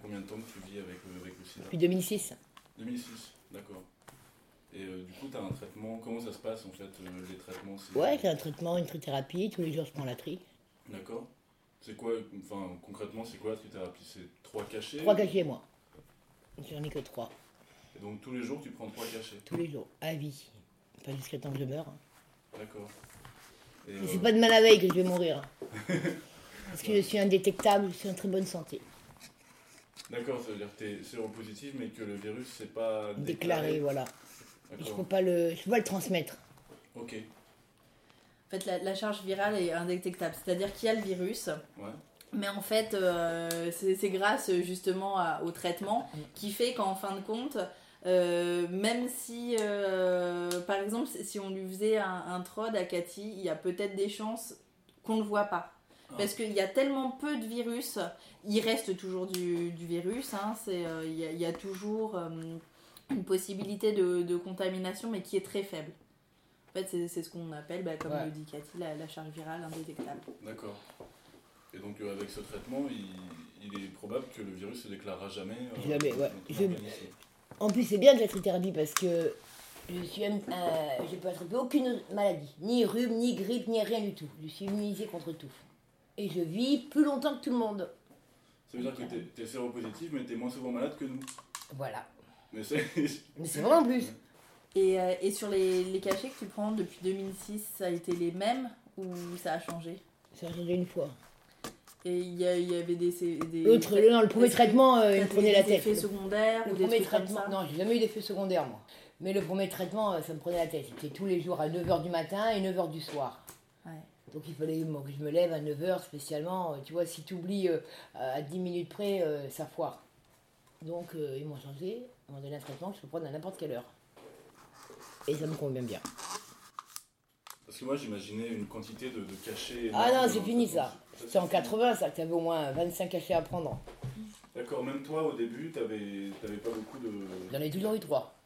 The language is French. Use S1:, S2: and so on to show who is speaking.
S1: combien de temps que tu vis avec, euh, avec le sida
S2: Depuis 2006.
S1: 2006, d'accord. Et euh, du coup, tu as un traitement, comment ça se passe en fait, euh, les traitements c'est-
S2: Ouais, j'ai un traitement, une trithérapie, tous les jours je prends la tri.
S1: D'accord. C'est quoi, enfin concrètement, c'est quoi la trithérapie C'est trois cachets
S2: Trois cachets, moi. J'en ai que trois,
S1: Et donc tous les jours, tu prends trois cachets.
S2: tous les jours, à vie. Pas jusqu'à temps que je meure. hein.
S1: D'accord. Et,
S2: Je ne
S1: euh,
S2: suis pas de mal à veille que je vais mourir. hein. Parce que je suis indétectable, je suis en très bonne santé.
S1: D'accord, ça veut dire que t'es séropositif, mais que le virus, c'est pas
S2: Déclaré, voilà. Et je
S1: D'accord.
S2: peux pas le, je peux pas le transmettre.
S1: Ok,
S3: En fait, la, la charge virale est indétectable, c'est-à-dire qu'il y a le virus,
S1: ouais.
S3: mais en fait, euh, c'est c'est grâce justement à- au traitement qui fait qu'en fin de compte, euh, même si, euh, par exemple, si on lui faisait un, un trod à Cathy, il y a peut-être des chances qu'on ne le voit pas.
S1: Ah.
S3: Parce qu'il y a tellement peu de virus, il reste toujours du, du virus, hein, c'est, euh, il y, a- il y a toujours euh, une possibilité de, de contamination, mais qui est très faible. En fait, c'est c'est ce qu'on appelle, bah, comme
S2: Ouais.
S3: le dit Cathy, la, la charge virale indétectable.
S1: D'accord. Et donc euh, avec ce traitement, il, il est probable que le virus se déclarera jamais. euh,
S2: Jamais, ouais.
S1: dans ton
S2: Je-
S1: organisme.
S2: En plus, c'est bien de la trithérapie parce que je suis, im- euh, je peux attraper aucune maladie, ni rhume, ni grippe, ni rien du tout. Je suis immunisée contre tout. Et je vis plus longtemps que tout le monde.
S1: Ça veut dire que t'es, t'es séropositif, mais t'es moins souvent malade que nous.
S2: Voilà.
S1: Mais c'est...
S2: Mais c'est vrai en plus.
S3: Et, euh, et sur les, les cachets que tu prends depuis 2006, ça a été les mêmes ou ça a changé
S2: Ça a changé une fois.
S3: Et il y, a- il y avait des. c'est- des
S2: L'autre, le- non, le premier
S3: Est-ce que
S2: traitement, euh, il
S3: t'as
S2: me prenait la
S3: des
S2: tête.
S3: effets
S2: Le,
S3: secondaires ou des
S2: premier
S3: trucs comme
S2: traitement,
S3: ça
S2: non, j'ai jamais eu d'effet secondaire moi. Mais le premier traitement, euh, ça me prenait la tête. C'était tous les jours à 9h du matin et 9h du soir.
S3: Ouais.
S2: Donc il fallait moi, que je me lève à 9h spécialement. Euh, Tu vois, si tu oublies à 10 minutes près, euh, ça foire. Donc euh, ils m'ont changé, ils m'ont donné un traitement que je peux prendre à n'importe quelle heure. Et ça me convient bien.
S1: Parce que moi j'imaginais une quantité de, de cachets... énormes
S2: Ah non,
S1: dans
S2: c'est
S1: le
S2: fini
S1: traitement.
S2: ça. C'était en
S1: fini.
S2: 80 ça que t'avais au moins 25 cachets à prendre.
S1: D'accord, même toi au début, t'avais, t'avais pas beaucoup de...
S2: J'en ai toujours eu 3.